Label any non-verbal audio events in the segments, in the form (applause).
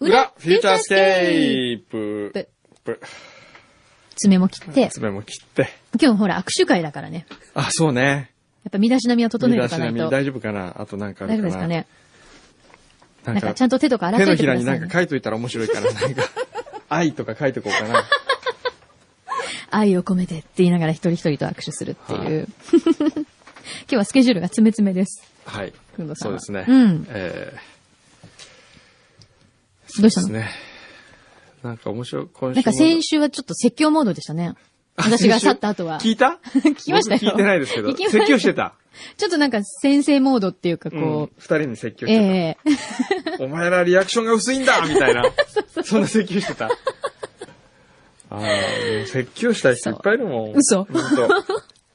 裏、フューチャースケープ。ププ爪も切って、爪も切って。今日ほら握手会だからね。あ、そうね。やっぱ身だしなみは整えておかない身と。大丈夫かなあとなんかあ大る丈夫でかすなかね。ななんかちゃんと手とか洗っ手とのいてひくらだにさ、ないんかね。書いといたら面白いから、な (laughs) んか、愛とか書いとこうかな。愛を込めてって言いながら一人一人と握手するっていう。は今日はスケジュールが詰め詰めです。はい工藤。さそんうはですね。うんえどうしー、たでの、すね。なんか面白い、今週も。なんか先週はちょっと説教モードでしたね。あ私が先週去った後は。 (laughs) 聞いた (laughs) 聞きましたよ僕聞いてないですけど。聞きました説教してた。ちょっとなんか先生モードっていうかうん二こ人に説う、教してた。ええお前らリアクションが薄い (laughs) んだみたいな。そんな説教してた。ああ、もう説教したい人いっぱいいるもん。嘘ほんと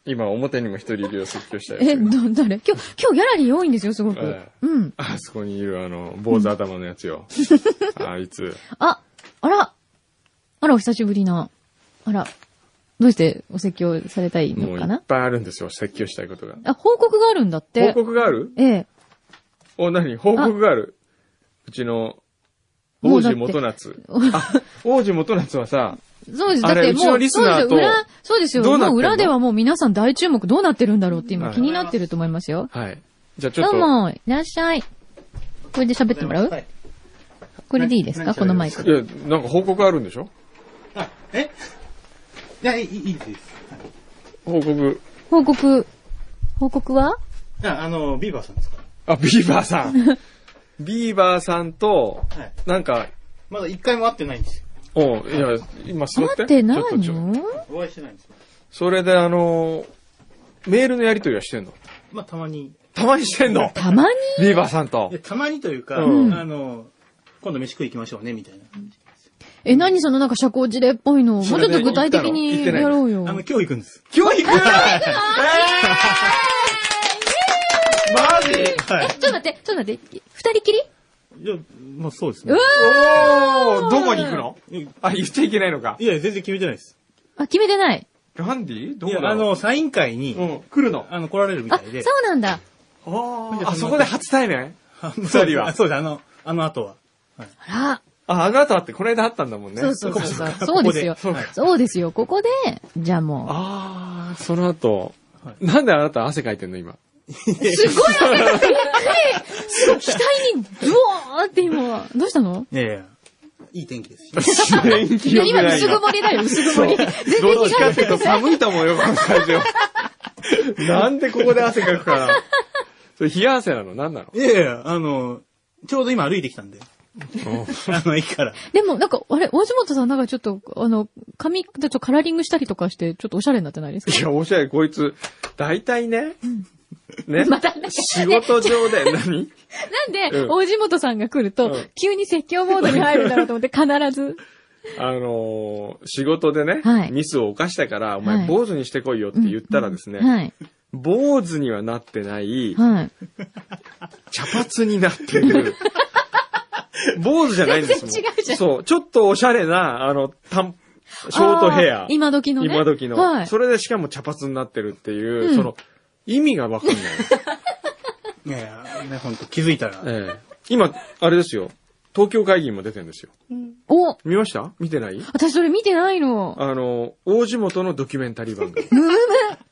今、表にも一人いるよ、説教したいえ、人。ど、誰今日、今日ギャラリー多いんですよ、すごく。えうん。あそこにいる、あの、坊主頭のや (laughs) つよ。あいつ。あ、あら、あら、お久しぶりな。あら、どうしてお説教されたいものういかっなぱいあるんですよ、説教したいことが。あ、報告があるんだって。報告があるええ。お、何報告があるうちの、も王うだっ子て元夏。あ、王子元夏はさ、そうです。だあっれてうちものう、リスそうですナーよ。と裏、そうですよ。どうなってんのもう裏ではもう皆さん大注目どうなってるんだろうって今はい気になってると思いますよ。はい。じゃあちょどっうと。も、いらっしゃい。これで喋ってもらうはいこれでいいですか何このマイクいで。や、なんか報告あるんでしょあえいや、いい、いいですいいです。報告。報告、報告はあ、あの、ビーバーさんですかあ、ビーバーさん。 (laughs) ビーバーさんと、ら。はい。なんか、まだ一回も会ってないんですよ。おういや、今座っ待て。ってないちょっとちょのお会いしてないんですよ。それであのー、メールのやりとりはしてんのまあ、たまに。たまにしてんのたまにビーバーさんといや。たまにというか、うんあの、今度飯食い行きましょうね、みたいな。え、何そのなんか社交辞令っぽいのもうちそょっれでと具体的言っにたやのろうよ。あの、今日行くんです。今日 (laughs) 行くマジはい。ちょっと待って、ちょっと待って、二人きりいや、まあ、そうですね。おーどこに行くのいやあ、言っちゃいけないのか。いや、全然決めてないです。あ、決めてない。ガンディどいこや、だあろうの、サイン会に、うん、来るの。あの、来られるみあ、たそいで。うなんだ。あーああ、そこで初対面あの二人はあそうです、あの、あの後は。ああ、あなたってこの間あったんだもんね。ら、そうそうそうそう。そうですよ。ここではいそうですよ。ここで、じゃあもあー、その後は。なんであなた汗かいてんの今。う。すごい汗がびっくりすごい、額に、ブワーって今、どうしたのいやいや、いい天気ですし。天気いや、良く今ない薄よ曇りだよ、薄曇り。全然どっ違ちかっていうう。と寒いと思うよ、このスタジオ。 (laughs) なんでここで汗かくかな。それ冷や汗なの何なのいやいや、あの、ちょうど今歩いてきたんで。あの、駅から。でも、なんか、あれ、大地元さんなんかちょっと、あの、髪、ちょっとカラーリングしたりとかして、ちょっとおしゃれになってないですかいや、おしゃれ、こいつ、大体ね、ね、 (laughs) またなんか仕事上で、何なんで、うん大地元さんが来ると、うん急に説教モードに入るんだろうと思って、必ず。あのー仕事でね、はいミスを犯したから、おはい前、坊主にしてこいよ (laughs) って言ったらですね、はい。坊主にはなってない、はい。茶髪になっ (laughs) てる。坊主じゃないんですもん。全然違うじゃんそう、ちょっとおしゃれな、あの、短、ショートヘアあー。今時のね。今時の、はい。それでしかも茶髪になってるっていう、うんその、意味が (laughs) わかんない。いやいや、ね、ほんと気づいたら。ええ今、あれですよ。東京会議にも出てるんですよ。お見ました見てない私それ見てないの。あの、大地元のドキュメンタリー番 (laughs) 組。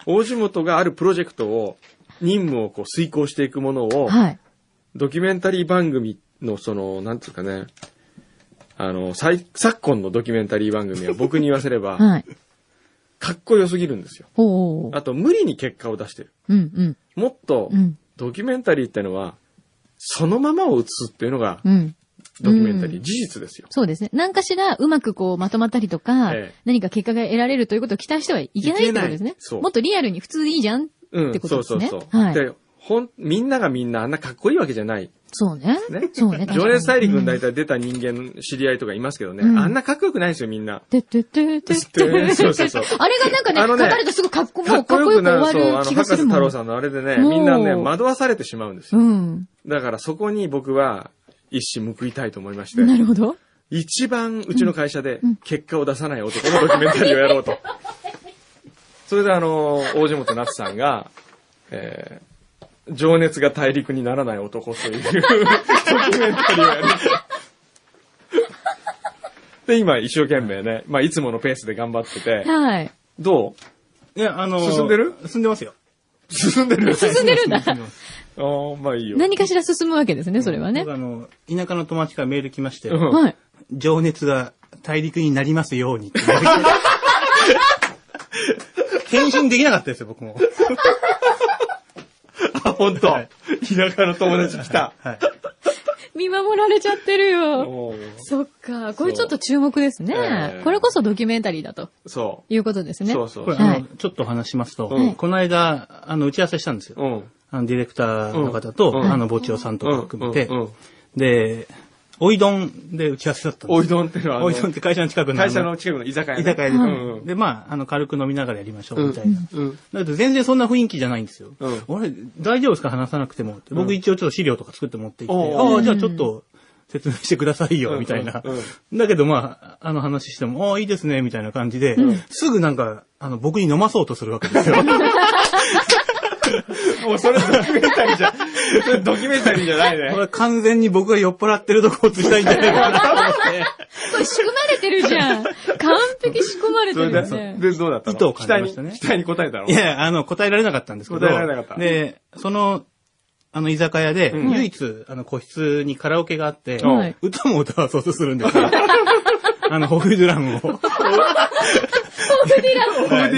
大地元があるプロジェクトを、任務をこう遂行していくものを、はい。ドキュメンタリー番組のその、なんていうかね、あの、最昨今のドキュメンタリー番組は僕に言わせれ (laughs) ば、はい。かっこよすぎるんですよ。おうおうおうあと、無理に結果を出してる。うんもっと、うん。うん。ドキュメンタリーってのは、そのままを映すっていうのが、うん。ドキュメンタリー、うん事実ですよ。そうですね。何かしらうまくこうまとまったりとか、ええ何か結果が得られるということを期待してはいけないってことですいけなねい。そうもっとリアルに普通でいいじゃんうん、ってことですねそうそうそう。はいで、ほん、みんながみんなあんなかっこいいわけじゃない。そうね。ねそうね。情熱大陸にだ大体出た人間、知り合いとかいますけどね、うんあんなかっこよくないんですよ、みんな。てってててててそうそうそうあれがなんかね、あのね書かれるとすぐかっこ、もうかっこよく終わそう、あの、る気博がす士るも太郎ん。さんのあれでね、もうみんなね、惑わされてしまうんですうよ。ん。だからそこに僕は、一矢報いたいと思いまして、なるほど。一番うちの会社で結果を出さない男のドキュメンタリーをやろう (laughs) と。それであの、大地元夏さんが、えー情熱が大陸にならない男という (laughs) ドキュメンタリーをやりました。で、今一生懸命ね、まあいつものペースで頑張ってて、はい。どいや、あのー進んでる進んでますよ。う進んでる進んでるんだ。進んでますああ、まあいいよ。何かしら進むわけですね、それはね僕。あの、田舎の友達からメール来まして、うんはい。情熱が大陸になりますようにって。返信できなかったですよ、僕も。あ、本当、田舎の友達来 (laughs) た。はい。見守られちゃってるよ。おうそっか。これちょっと注目ですえねえ。これこそドキュメンタリーだとそいうことですう。ね。そうそうこそれ、う。あの、はいちょっとお話しますと、うんこの間、あの、打ち合わせしたんですよ。うん。あの、ディレクターの方と、うんあの、ぼちおさんとか含めて、うんうんうんで、おいどんで打ち合わせだったんです。おいどんっていうのはあの、おいどんって会社の近くのあ会社の近くの居酒屋、ね。居酒屋で、うんうんで、まあ、あの、軽く飲みながらやりましょう、みたいな。うん。だけど全然そんな雰囲気じゃないんですよ。うん俺、大丈夫ですか話さなくてもって。うん僕一応ちょっと資料とか作って持っていって、おうああ、じゃあちょっと説明してくださいうんよ、みたいなうん。だけどまあ、あの話しても、ああ、いいですね、みたいな感じで、すぐなんか、あの、僕に飲まそうとするわけで (laughs) すよ。もうそれドキュメンタリーじゃ、それドキュメンタリーじゃないこね。れ完全に僕が酔っ払ってるとこを映したいんじゃないかなと思って。これ仕組まれてるじゃ (laughs) ん。完璧仕組まれそてれるで、ね。で、どうだったの意図を感じましたね期待に期待に応えたのいや、あの、答えられなかったんですけど。答えられなかったで、その、あの、居酒屋で、うん唯一、あの、個室にカラオケがあって、はい歌も歌わそうとする (laughs) んですよ。あの、ホフデュラムを。ホフデ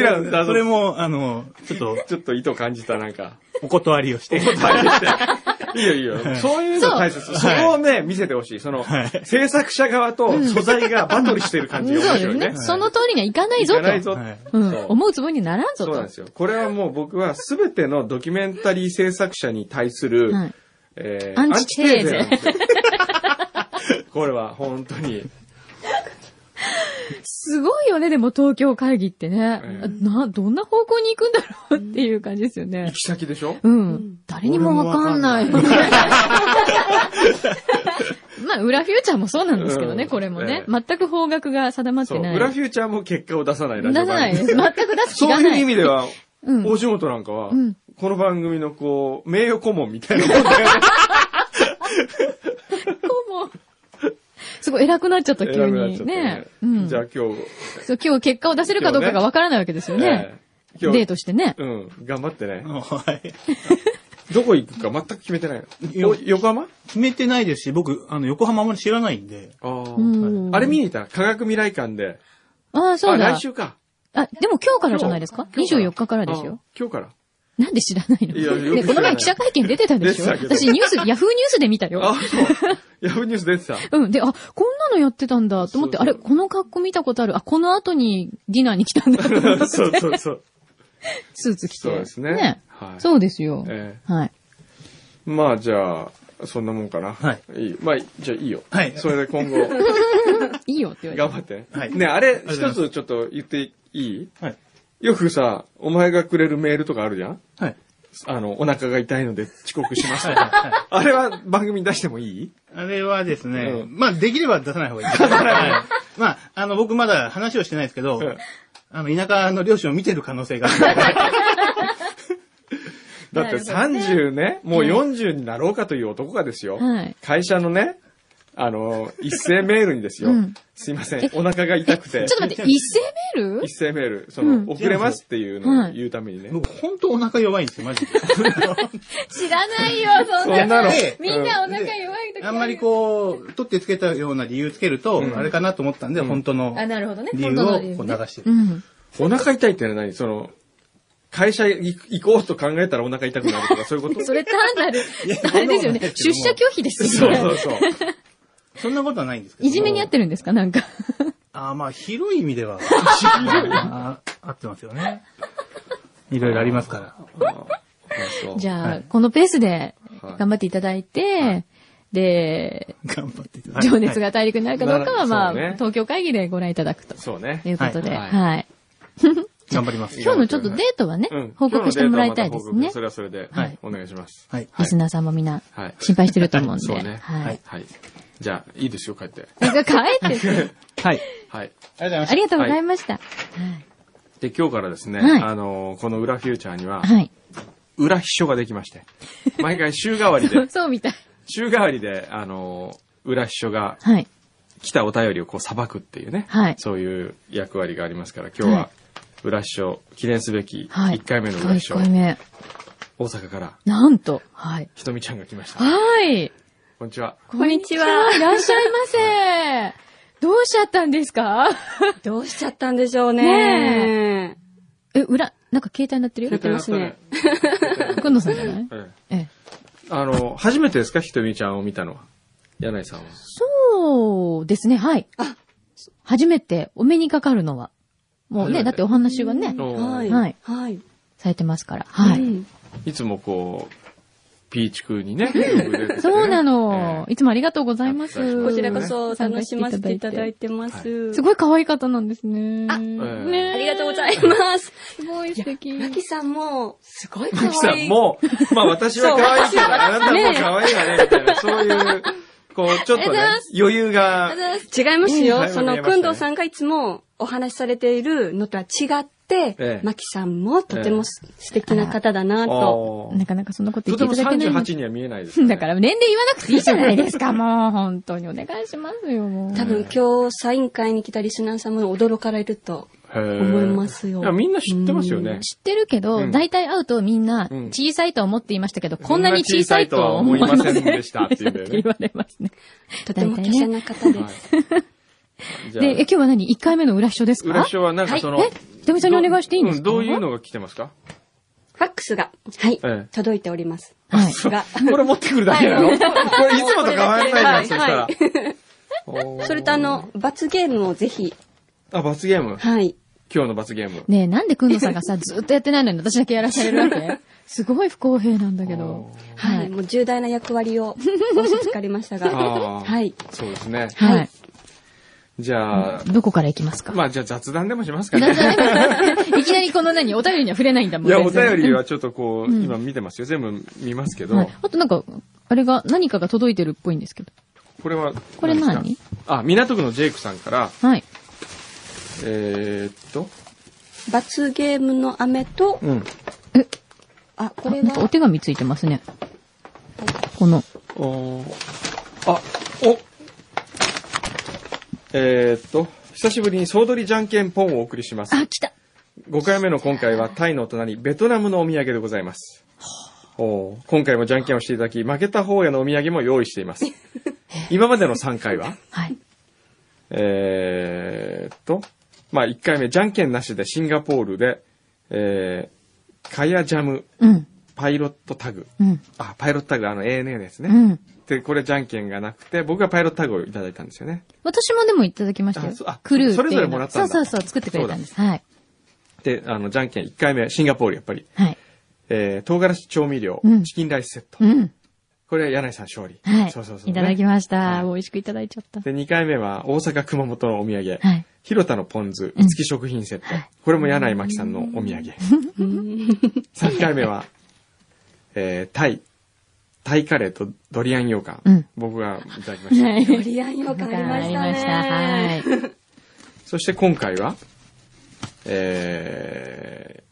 ュラムそれも、あの、ちょっと、ちょっと意図を感じた、なんか。お断りをして。いいよいいよ。そういうの大切。それをね、見せてほしい。そのはい、制作者側と素材がバトルしてる感じがそう面で白すいねね。。その通りにはいかないぞいかないと。ぞはい。うんそう。思うつぼにならんぞそと。うなんですよ。これはもう僕は全てのドキュメンタリー制作者に対する、はいえアンチテーゼアンチテーゼなんですよこれは本当に。すごいよね、でも東京会議ってねえ。えな、どんな方向に行くんだろうっていう感じですよ行ね。き先でしょうん。誰にもわかんない。 (laughs) まあ、裏フューチャーもそうなんですけどうね、んこれもね。え全く方角が定まっそてう。ない。裏フューチャーも結果を出さない出ラジさオ番ないで組す。 (laughs) 全く出す気そうがいうな意い。味では、うん大仕事なんかは、うんこの番組のこう、名誉顧問みたいなもんだよね。こうもすごい偉くなっちゃった、急偉くなっ (laughs) に。ちゃってね。うん。じゃあそう今日、今日結果を出せるかどうかがわからないわけですよね。えー今デー日、トしてね。うん、頑張ってね。はいどこ行くか全く決めてないいやの。お横浜決めてないですし、僕、あの、横浜あまり知らないんで。あーうんあれ見に行った科学未来館で。ああ、そうあ、だ来。週か。あ、でも今日からじゃないですか今日今日 ?24 日からですよ。あ。今日から。なんで知らないのいやよく知らないねこの前記者会見出てたでしょ出てたけど私ニュース、ヤフーニュースで見たよ。あ、そう。ヤフーニュース出てた。うん。で、あ、こんなのやってたんだと思って、そあうそれ、うこの格好見たことある。あ、この後にディナーに来たんだと思って。 (laughs) そうそうそう。スーツ着て。そうですねはいそうですよ。えはい。えまあじゃあ、そんなもんかな。。はいいまあ、じゃあいいよ。はいそれで今 (laughs) 後、いいよって言われ頑て。張って。はいね、あれ、がとうござい一まつすちょっと言っていいはい。よくさ、お前がくれるメールとかあるじゃんはい。あの、お腹が痛いので遅刻しましはい。た。はい。あれは番組に出してもいいあれはですね、うんまあ、できれば出さない方 (laughs) がいい。はいまあ、あの、僕まだ話をしてないですけど、うんあの、田舎の両親を見てる可能性がある。だっなてるほ30ね、もう40になろうかという男がですよ。はい会社のね、あの、一斉メールにですよ。うんすいません、お腹が痛くてちょっと待って、一斉メール一斉メール、そうの、ん遅れますっていうのを言うためにね。僕、本当お腹弱いんですよ、マ (laughs) ジで。知らないよ、そんそんなな。の。でみんなお腹弱いときあんまりこう、取ってつけたような理由つけると、んあれかなと思ったんで、本当のあ、なるほどね。理由をこう流してうる。ん。お腹痛いってのは何その、会社行行こうと考えたらお腹痛くなるとか、そういうこと (laughs) それ単なるいや、あれですよね。そんなことないですけ出ど社拒否ですそようね。そう (laughs) そう。そんなことはないんですけど。いじめにあってるんですかなんか。あーまあ、広い意味 (laughs) では、あ合ってますよね。いろいろありますから。そうじゃあ、はいこのペースではい頑張っていただいて、で、頑張っていただいて情熱が大陸になるかどうかは、はいまあ、そうね東京会議でご覧いただくとそうね。いうことで、はいはい。はい頑張ります。今日のちょっとデートはね、うん報告してもらいたいです今日のデねータの報告そ。れはそれで、はいお願いします。はい。リスナーさんもみんなはい。心配してると思うんで。 (laughs) そうねはい。はい。じゃあ、いいですよ、帰って。なんか帰ってて。はい。はい。ありがとうございまありがとうございました。で、今日からですね、はいあのーこの裏フューチャーには、はい。、裏秘書ができまして、毎回週替わり (laughs) でそうみたい。週替わりで、あのー裏秘書がはい。来たお便りをこう裁くっていうね、はいそういう役割がありますから、今日はは裏秘書、記念すべきはい。 1回目の裏秘書、一回目。大阪からなんと。はい。ひとみちゃんが来ました。はい。こんにちは。こんにちは。いらっしゃいませ。どうしちゃったんですかどうしちゃったんでしょうね。ねえ、裏、なんか携帯鳴ってるよ出てますね (laughs) くんのさんじゃないええええ。あの、初めてですかひとみちゃんを見たのは。柳井さんは。そうですね、はい。初めてお目にかかるのは。もう初めね、てだってお話はね、おはい。はいはい。されてますから。はうい。んいつもこう、ピーチクにね、うんそうなの。えいつもありがとうございます。うんこちらこそ楽しませていただいてまはす。すごい可愛い方なんですね。あ、ねありねがとうございます。すごい素敵。マキさんも、すごえ。いゆき可さ愛んい。も、まあ私は可愛いけど、あなたも可愛いわね、みたいな、そういう、こう、ちょっとね、余裕が、違いますうよ。んはいわかりまその、したねくんどうさんがいつもお話しされているのとは違って、ええマキさんもとてもす素敵な方だなと。おーなかなかそんなこと言とってていただもけないの。 38には見えないですね。 (laughs) だから年齢言わなくていいじゃないですか、もう。本当にお願いしますよ、もう。多分今日サイン会に来たリスナーさんも驚かれると。へー、思いますよいや、みんな知ってますようね。知ってるけうど、ん大体会うとみんなうん小さいとは思っていましたけど、こんなに小さいとは思思いいまませせんんででしたっていしうたっんて言だよわれますね。とても華奢な方ね。ではす。いじ (laughs) ゃあで、え今日は何 ?1 回目の裏書ですか裏書はなんかその、はいえ、ひとみさんにお願いしていいんですかどううんどういうのが来てますかファックスが、はい、ええ届いております。 (laughs) はい。が、 (laughs) これ持ってくるだけなのこれいつもと変わらないじゃん、そしたらはい。おーそれとあ、の、罰ゲームをぜひ、あ、罰ゲーム。はい。今日の罰ゲーム。ねえ、なんでくんのさんがさ、ずっとやってないのに私だけやらされるわけすごい不公平なんだけど。は。はいい。もう重大な役割を、仰せつかりましたあが。ーはい。そうですね。はい。じゃあ、どこから行きますかまあじゃあ雑談でもしますかだね。ってね (laughs) いきなりこの何お便りには触れないんだもんいや、お全然便りはちょっとこう、今見てますよ。全部見ますけど、はいあとなんか、あれが、何かが届いてるっぽいんですけど。これはですか、これ何あ、港区のジェイクさんから、はい。えー、っと、罰ゲームの飴と、うん。あ、こあれなんかおは、手紙ついてますね。この。おーあ、おえー、っと、久しぶりに総取りじゃんけんポンをお送りします。あ、来た5回目の今回はタイのお隣、ベトナムのお土産でございます。おー今回もじゃんけんをしていただき、負けた方へのお土産も用意して (laughs) います。今までの3回は、はい。えーっと、まあ1回目、じゃんけんなしでシンガポールで、えー、カヤジャムうん。パイロットタグ。うん。あ、パイロットタグ、あの ANA ですね。うん。で、これじゃんけんがなくて、僕がパイロットタグをいただいたんですよね。私もでもいただきましたよあそうあ。クルーっていうの。それぞれもらったんだそうそうそう、作ってくれたんです。はい。で、あの、じゃんけん1回目、シンガポールやっぱり。はい。えー、唐辛子調味料、うんチキンライスセット。うん。これは柳井さん勝利。はい。そうそうそう、いただきました。はい美味しくいただいちゃった。で、2回目は大阪熊本のお土産。はい。広田のポン酢、うん五木食品セット。これも柳井真紀さんのお土 (laughs) 産。3回目は、えー、タイ。タイカレーとドリアン羊羹。うん僕がいただきました。ドリアンよくありましたわかりましたはね。い。そして今回は、え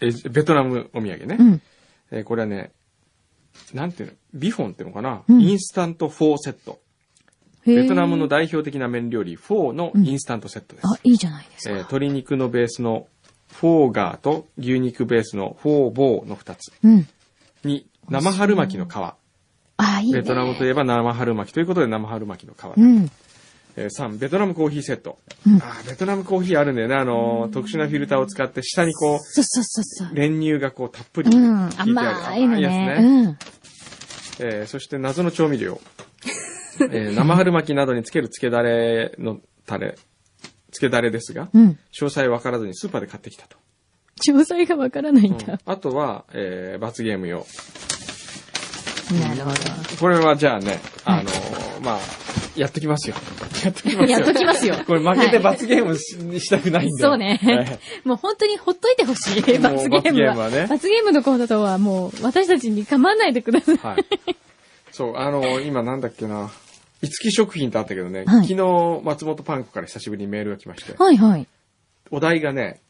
ー、えベトナムお土産ね。うん。えーこれはね、なんていうのビフォンっていうのかな、うんインスタントフォーセット。へーベトナムの代表的な麺料理、フォーのインスタントセットです。あ、いいじゃないですえーか。鶏肉のベースのフォーガーと牛肉ベースのフォーボーの2つうん。に生春巻きの皮。あ、いいね。ベトナムといえば生春巻きということで生春巻きの皮。うん。えー3、ベトナムコーヒーセット。うんあーベトナムコーヒーあるんだよね。あのー、特殊なフィルターを使って下にこそうそうそうそうう、。練乳がこうたっぷりう効いてん。ある。甘いのやつね。うん。えーそして謎の調味料。えー (laughs) 生春巻きなどにつけるつけだれのタレ、つけだれですが、うん。詳細わからずにスーパーで買ってきたと。詳細がわからないんうんだ。あとは、えー罰ゲーム用。なるほど。これはじゃあね、はい (laughs) あのーまあ、やってきますよ。やっときますよ。やっときますよ (laughs) これ負けてはい罰ゲームし,、 (laughs) したくないんで。そうねはい。もう本当にほっといてほしい。もう罰ゲームは。罰ゲームはね罰ゲームのことはもう私たちに構わないでください。はい。そう、あの、今なんだっけな。いつき食品ってあったけどね、はい昨日松本パンクから久しぶりにメールが来まして、はいはい。お題がね、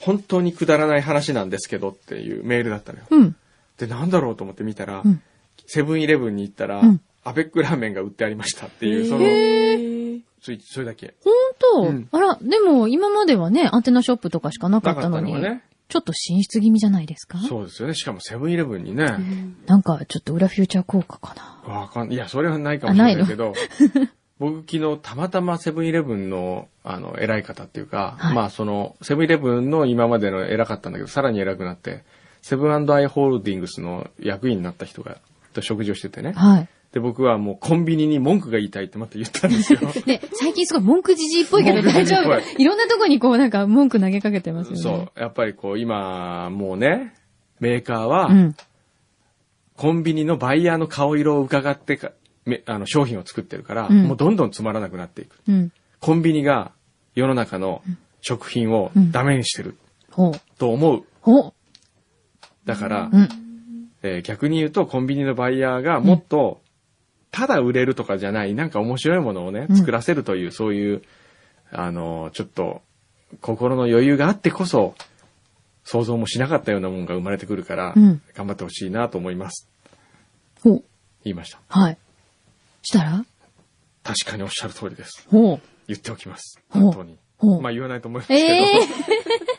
本当にくだらない話なんですけどっていうメールだったのよ。うん。で、なんだろうと思って見たら、うんセブンイレブンに行ったら、うんアベックラーメンが売ってありましたっていう、その、の、そいそれだけ。本当、うんあら、でも今まではね、アンテナショップとかしかなかなっかったのたのに、がね。ちょっと進出気味じゃないですかそうですよね。しかもセブンイレブンにね、なんかちょっと裏フューチャー効果かな。わかんいや、それはないかもしれないけど、 (laughs) 僕昨日たまたまセブンイレブンの、あの、偉い方っていうか、はいまあその、セブンイレブンの今までの偉かったんだけど、さらに偉くなって、セブンアイ・ホールディングスの役員になった人が、と食事をしててね。はい。で、僕はもうコンビニに文句が言いたいってまた言ったんですよ。で、最近すごい文句じじいっぽいけど文句大じじ丈いっぽい夫。いろんなとこにこうなんか文句投げかけてますよね。そう。やっぱりこう、今、もうね、メーカーは、うん。コンビニのバイヤーの顔色を伺ってか、めあの商品を作ってるから、うんもうどんどんつまらなくなっていく。うん。コンビニが世の中の食品をうんダメにしてるほう。と思う。ほう。だから、うん。えー逆に言うとコンビニのバイヤーがもっと、ただ売れるとかじゃない、なんか面白いものをねう、ん作らせるという、そういう、あのー、ちょっと、心の余裕があってこそ、想像もしなかったようなものが生まれてくるから、うん頑張ってほしいなと思います。ほう。言いました。はい。したら確かにおっしゃる通りです。ほう。言っておきます。ほう本当に。ほうまあ言わないと思いますけど、ええ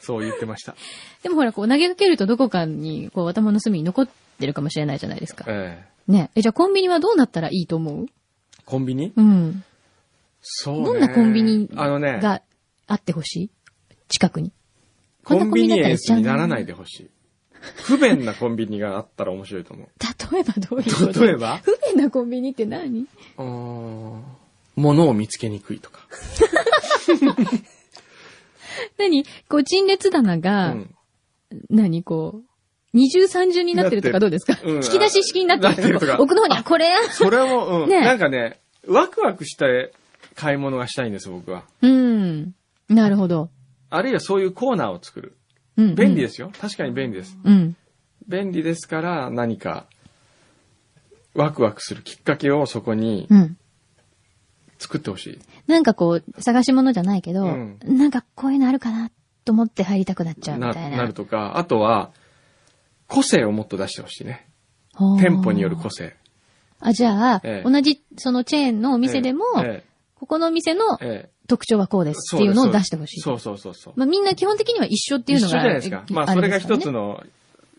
そう言ってました。 (laughs) でもほら、こう投げかけるとどこかに、こう頭の隅に残ってるかもしれないじゃないですか。ええね。え、じゃあコンビニはどうなったらいいと思うコンビニうん。そうね。どんなコンビニあのね、があってほしい近くに。こんコなンビニエンスにだなった行っちゃうらないでほしい。不便なコンビニがあったら面白いと思例えばどういうこと例えば不便なコンビニって何う。うーん物を見つけにくいとか。何こう、陳列棚が、うん何こう、二重三重になってるとかどうですか、うん引き出し式になってるとかなってるとかこう奥の方に、あ、これやそれも、うん。ねえなんかね、ワクワクして買い物がしたいんです、僕は。うん。なるほど。あるいはそういうコーナーを作る。うん、うん。。便利ですすよ。確かに便利です。うん。便利ですから、何か、ワクワクするきっかけをそこにうん。作ってほしい。なんかこう、探し物じゃないけど、うんなんかこういうのあるかなと思って入りたくなっちゃうみなたいな。なるとか、あとは、個性をもっと出してほしいね。ほう店舗による個性。あ、じゃあ、ええ同じそのチェーンのお店でも、えここのお店のえええ特徴はこうですっていうのをそ出ですしてほしい。そうそうそうそう。まあみんな基本的には一緒っていう一の緒がじゃないですか。まあ、それが一つの。の、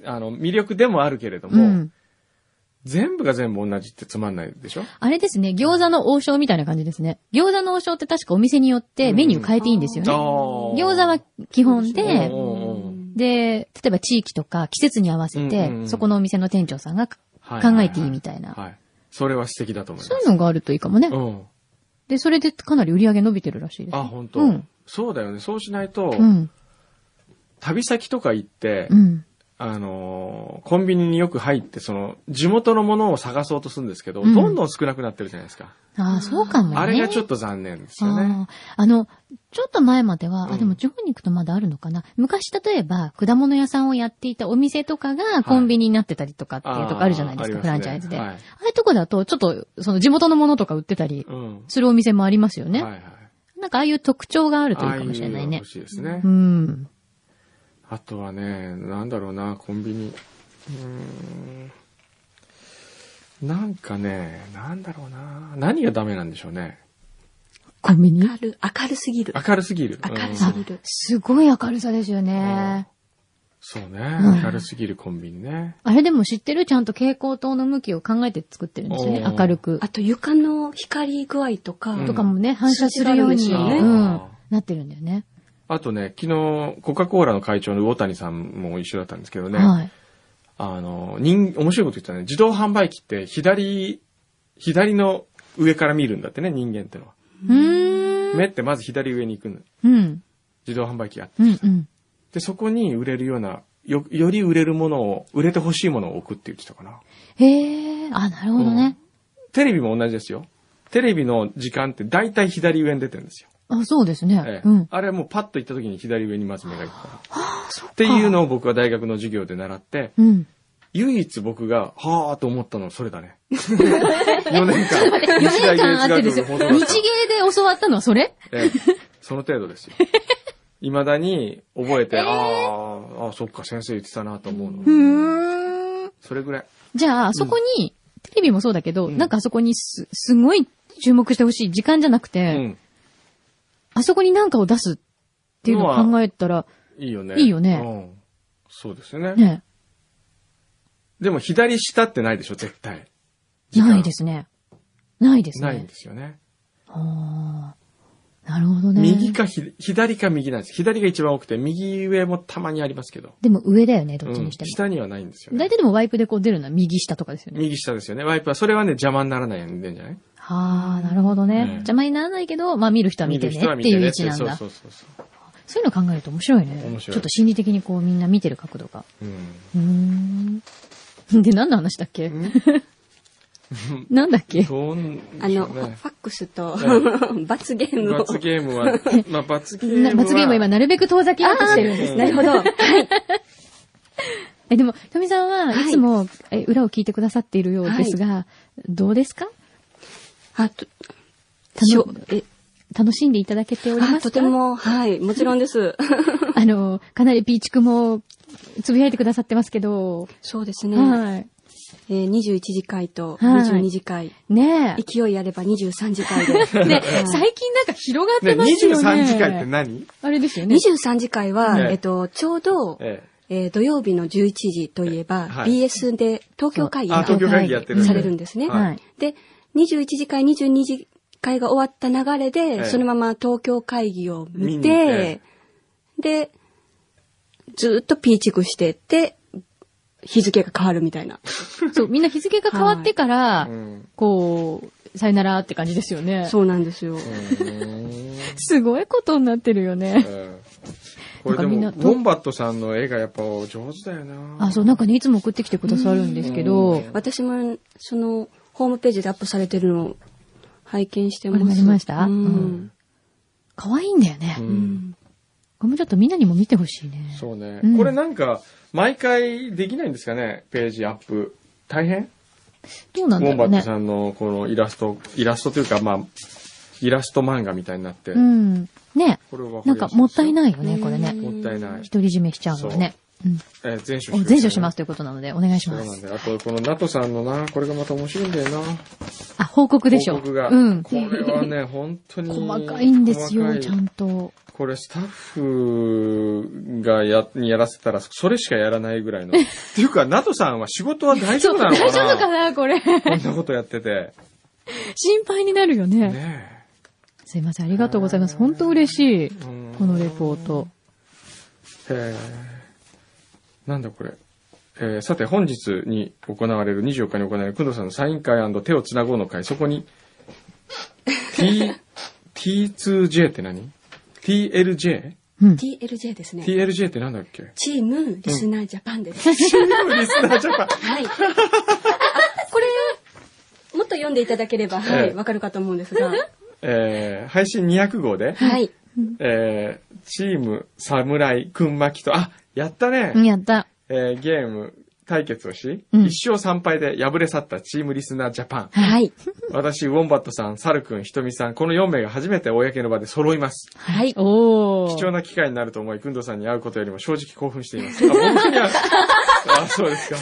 あの、魅力でもあるけれどうも、ん。全部が全部同じってつまんないでしょあれですね、餃子の王将みたいな感じですね。餃子の王将って確かお店によってメニュー変えていいんですよね。あー餃子は基本うんで、うんうんで、例えば地域とか季節に合わせて、うんうんうんそこのお店の店長さんが考はいはいはいえていいみたいな。はい。それは素敵だと思いますそう。いうのがあるといいかもね。うん。で、それでかなり売り上げ伸びてるらしいです。あ、本当、うんそうだよね。そうしないと、うん。旅先とか行って、うん。あのーコンビニによく入って、その、地元のものを探そうとするんですけど、うんどんどん少なくなってるじゃないですか。ああ、そうかもね。あれがちょっっと残念ですよね。あの、ちょっと前までは、うんあ、でも地方に行くとまだあるのかな。昔、例えば、果物屋さんをやっていたお店とかがコンビニになってたりとかっていうとこあるじゃないですか、あーフランチャイズで。ありあますねあいうとこだと、ちょっと、その地元のものとか売ってたりはい。うん。するお店もありますよね。はいはい。なんかああいう特徴があるといあいかもしれないあうのね欲。しいですねう。ん。あとはね、なんだろうな、コンビニ。うーん。なんかね、なんだろうな。何がダメなんでしょうね。コンビニ明る、明るすぎる。明るすぎる。明るあすぎる、すごい明るさですよね。そうね、ん明るすぎるコンビニね。あれでも知ってるちゃんと蛍光灯の向きを考えて作ってるんですよね。おー明るく。あと床の光具合とか、うんとかもね、反射するように、数字があるんですよねうん、なってるんだよね。あとね、昨日、コカ・コーラの会長の魚谷さんも一緒だったんですけどね、はい。あの、人、面白いこと言ってたね、自動販売機って左、左の上から見るんだってね、人間ってのは。うーん。目ってまず左上に行くの。うん。自動販売機があって。うん。うん。で、そこに売れるような、よ、より売れるものを、売れてほしいものを置くって言ってたかな。へえ、あ、なるほどね。テレビも同じですよ。テレビの時間って大体左上に出てるんですよ。あ、そうですえね。えうん。あれはもうパッと行った時に左上にまず目が行くから。あそっか。っていう。のを僕は大学の授業で習って、うん。唯一僕が、はぁーと思ったのはそれ (laughs) だね。4年間。 4年間あってですよ。日日芸大芸術学部の報道で学科教わったのはそれええその程度ですよ。未だに覚えて、あーあ、そっか、先生言ってたなと思うの。うん。それぐらい。じゃあ、あそこに、テレビもそうだけど、うんなんかあそこにす、すごい注目してほしい時間じゃなくうて、ん。あそこになんかを出すっていうのを考えたら、いいよね。いいよねうん。そうですよね。ね、でも左下ってないでしょ、絶対。時間ないですね。ないですね。ないんですよね。あーなるほどね。右。かひ、左か右なんです。左が一番多くて、右上もたまにありますけど。でも上だよね、どっちうんにしても。下にはないんですよね大。体でもワイプでこう出るのは右下とかですよね。右下ですよね。ワイプは、それはね、邪魔にならないように出るんじゃないはあ、なるほどね。うん邪魔にならないけど、まあ見る人は見てねっていう位置なんだ。そうそうそうそういうの考えると面白いね。面白いちょっと心理的にこうみんな見てる角度が。 (laughs) そう。うん。うーん。で、何の話だっけ (laughs) なんだっけどん、あの、そうフねァックスと、え (laughs) 罰ゲームを。罰ゲー (laughs) ムは、まあ罰ゲームなは。罰ゲームは今なるべく遠ざけようとしてるんですなねる。ほど。え、でも、富さんははいいつも、え裏を聞いてくださっているようですが、どうですかあと、楽しょえ楽しんでいただけておりますあかとて。も、はい、もちろんです。 (laughs) あの、かなりピーチクもつぶやいてくださってますけど、そうですね。はい。えー21次会とはい22次会。ねえ。勢いあれば23次 (laughs) 会で。ね、はい最近なんか広がっね、てますよね。 23時間って何あれですよね。 23次会は、えええっと、ちょうど、ええー土曜日の11時といえば、はい BS で東京会議え。あ、が東京会議やってる議でされるんですね。はいはい。で、21次会、22次会が終わった流れで、ええそのまま東京会議を見見にて、えで、ずーっとピーチクしてって、日付が変わるみたいな。そう、みんな日付が変わってから、うん。こう、さよならって感じですよね。そうなんですよ。すごいことになってるよね。これでも、ウなんかみんなォンバットさんの絵がやっぱ上手だよな。あ、そう、なんかね、いつも送ってきてくださるんですけうど、ん私も、その、ホームページでアップされてるのを拝見してます。ご覧になりましたうんうん可愛いんだよね。うこん。れもちょっとみんなにも見てほしいね。そうねう。んこれなんか、毎回できないんですかね、ページアップ。大変どうなウんだォろンバうットね。さんのこのイラスト、イラストというか、まあ、イラスト漫画みたいになってう。ん。ね。これはなんかもったいい。ないよね、これね。もったいない。独り占めしちゃうのはね。うん。えー、全書お全書しまますすということなので、お願いしそうまなんす。だよ。あと、このナトさんのな、これがまた面白いんだよな。あ、報告でしょ。広告が。うん。これはね、本当に。細かいんですよ、細かちいゃんと。これ、スタッフがや、にやらせたら、それしかやらないぐらいの。っていうか、ナトさんは仕事は大丈そう、夫なの大かな丈夫かな、これ。こんなことやってて。心配になるよね。ねすいません、ありがとうございます。本当嬉しい。え。うんこのレポート。えーなんだこれ。えーさて、本日に行われる、24日に行われる、くんどさんのサイン会手をつなごうの会、そこに、T、T2J って何 ?TLJ?TLJ うん。 TLJ ですね。ってなんだっけチームリスナージャパンです。チームリスナージャパン。はい。あこれ、もっと読んでいただければ、はええい、わかるかと思うんですが。えー配信200号で、はい。えーチーム侍くんまきと、あ、やったね、うんやった。えーゲーム対決をし、うん一1勝3敗で敗れ去ったチームリスナージャパン。はい。私、ウォンバットさん、サルくん、ひとみさん、この4名が初めて公の場で揃います。はい。お貴ー。重な機会になると思い、くんどさんに会うことよりも正直興奮してい (laughs) ます。あ、僕には、あ、そうですか。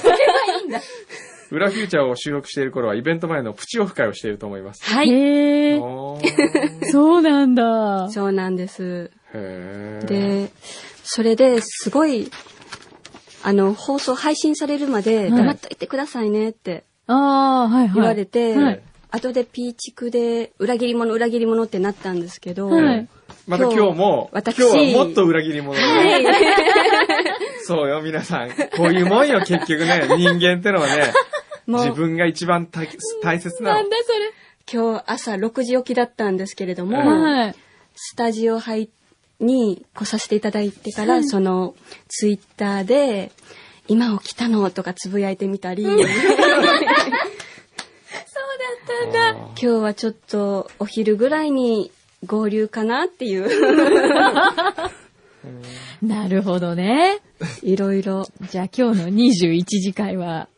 裏フューチャーを収録している頃は、イベント前のプチオフ会をしていると思います。はい。へー。お (laughs) ーそうなんだ。そうなんです。へー、で、それですごい、あの、放送配信されるまではい黙っといてくださいねってあー、はいはい。言われて、はい後でピーチクで裏切り者、裏切り者ってなったんですけど、えーはいまた今日も、今私日はもっと裏切り者だねはいそうよ、皆さん。こういうもんよ、結局ね。人間ってのはね、もう自分が一番大大切ななのん。だそ今日朝6時起きだったんですけれどえも、れ。えはい。スタジオ入に来させていただいてから、そのツイッターで、今起きたのとかつぶやいてみたり、そうだったんんだ。今日はちょっとお昼ぐらいに合流かなっていう、 (laughs) なるほどね。いろいろ。じゃあ今日の21時会は、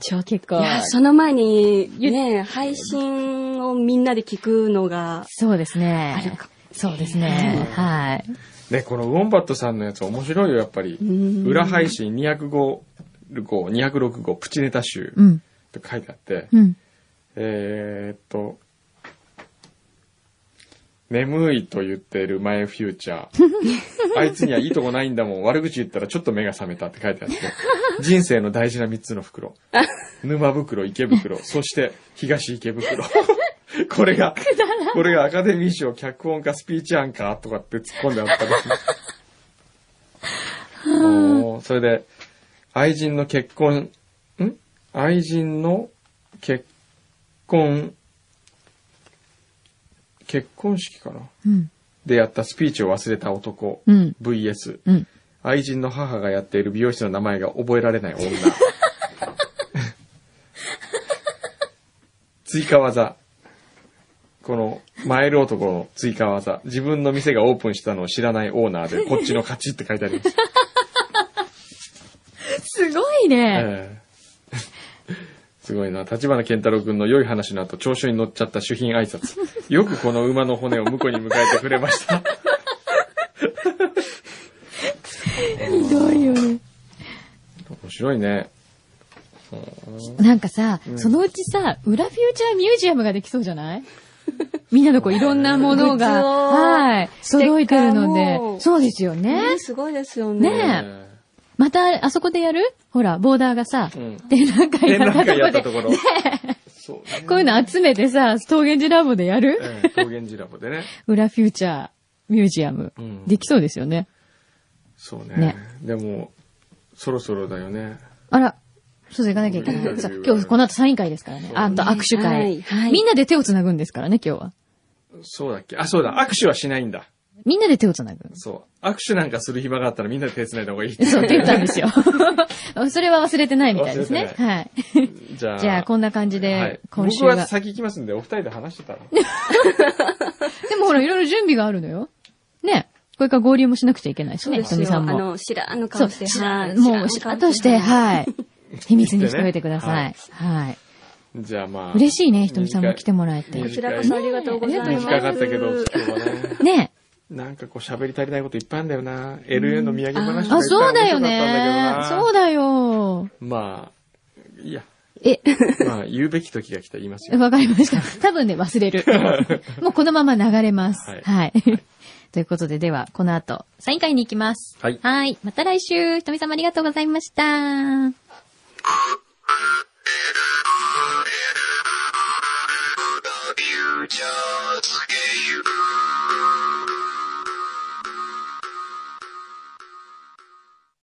超結構い。や、その前に、ね、配信をみんなで聞くのが、そうですあるねか。そうですね。はい。ね、このウォンバットさんのやつ面白いよ、やっぱり。ん裏配信205号、206号、プチネタ集うん。と書いてあって、うん。えーっと、眠いと言ってる前フューチャー。あいつにはいいとこないんだもん。悪口言ったらちょっと目が覚めたって書いてあって。人生の大事な3つの袋。沼袋、池袋、そして東池袋。これが、これがアカデミー賞脚本家スピーチアンカーとかって突っ込んであったですね。おーそれで、愛人の結婚、ん愛人の結婚、結婚式かなうん。でやったスピーチを忘れた男、うん VS、うん。愛人の母がやっている美容室の名前が覚えられない女。 (laughs) 追加技。この、マイル男の追加技。自分の店がオープンしたのを知らないオーナーで、こっちの勝ちって書いてあります。すごいね。ええ (laughs) すごいな。立花健太郎君の良い話の後、調書に乗っちゃった主品挨拶。 (laughs) よくこの馬の骨を向こうに迎えてくれました。ひどいよね。面白いね。なんかさ、そのうちさ、裏フューチャーミュージアムができそうじゃないみんなのこういろんなものが、グッズをはい、届いてるのステッでカーも、そうですよね。ね、すごいですよねね。えまた、あそこでやるほら、ボーダーがさ、うん展覧会展やっ覧たと会やこったで、ところ。そうね。こういうの集めてさ、桃源寺ラボでやる、ええ桃源寺ラボでね。裏フューチャーミュージアム、うんできそうですよね。そうね。ねでも、そろそろだよね。あら、そう行かなきゃいけない。さ今日この後サイン会ですからね。あと握手会、はいはいみんなで手をつなぐんですからね、今日は。そうだっけあ、そうだ。握手はしないんだ。みんなで手をつなぐ。そう。握手なんかする暇があったらみんなで手繋いだ方がいいって。そうって言ったんですよ。 (laughs) それは忘れてないみたいですね忘れ。てはい。じゃあ。じゃあ、こんな感じはいで、今週僕は。は先行きますんで、お二人で話してたら。でもほら、いろいろ準備があるのよ。ね。これから合流もしなくちゃいけないしそうね、でひとすみよ。さあんも。の、知らんのそ顔うして、、しはいもう、しらっとして、はい。 (laughs) 秘密にしておいてくださはいい。はい。じゃあまあ。嬉しいね、ひとみさんも来てもらえ短てこい。ちらこそありがとうございます。短かったけど、今日はね。ね。なんかこう喋り足りないこといっぱいあるんだよな。LA の土産話とかいっぱいあ、そうだよ面ね白かったんだけ。どなそうだよ。まあ、いや、え、 (laughs) まあ言うべき時が来たら言いますよ。わかりました。多分ね、忘れ (laughs) る。もうこのまま流れます。はいはい。 (laughs) ということで、では、この後、サイン会に行きます。はいまた来週、ひとみさんもありがとうございました。 future.